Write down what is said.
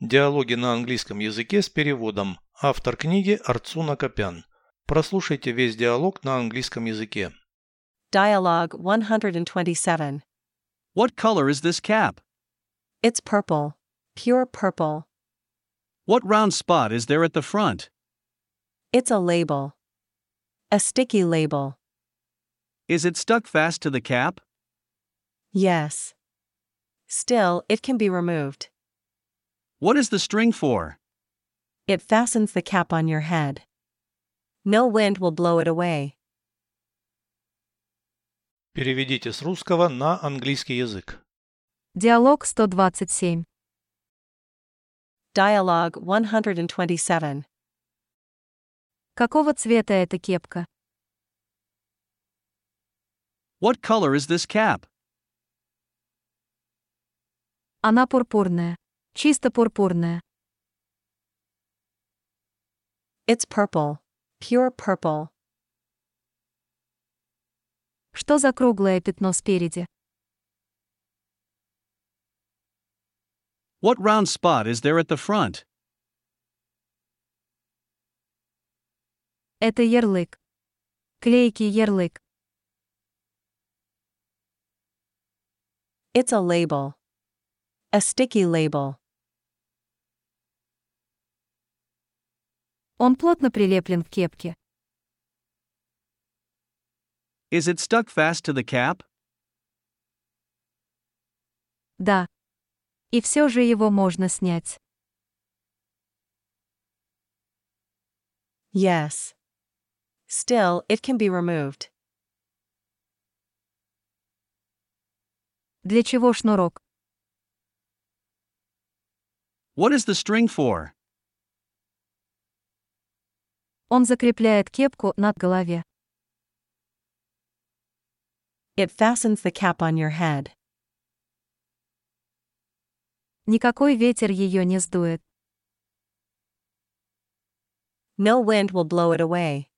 Диалоги на английском языке с переводом. Автор книги Арцуна Копян. Прослушайте весь диалог на английском языке. Dialogue 127. What color is this cap? It's purple. Pure purple. What round spot is there at the front? It's a label. A sticky label. Is it stuck fast to the cap? Yes. Still, it can be removed. What is the string for? It fastens the cap on your head. No wind will blow it away. Переведите с русского на английский язык. Диалог 127. Dialogue 127. Какого цвета эта кепка? What color is this cap? Она пурпурная. Чисто пурпурная. It's purple. Pure purple. Что за круглое пятно спереди? What round spot is there at the front? Это ярлык. Клейкий ярлык. It's a label. A sticky label. Он плотно прилеплен к кепке. Is it stuck fast to the cap? Да. И все же его можно снять. Yes. Still, it can be removed. Для чего шнурок? What is the string for? Он закрепляет кепку над голове. It fastens the cap on your head. Никакой ветер ее не сдует. No wind will blow it away.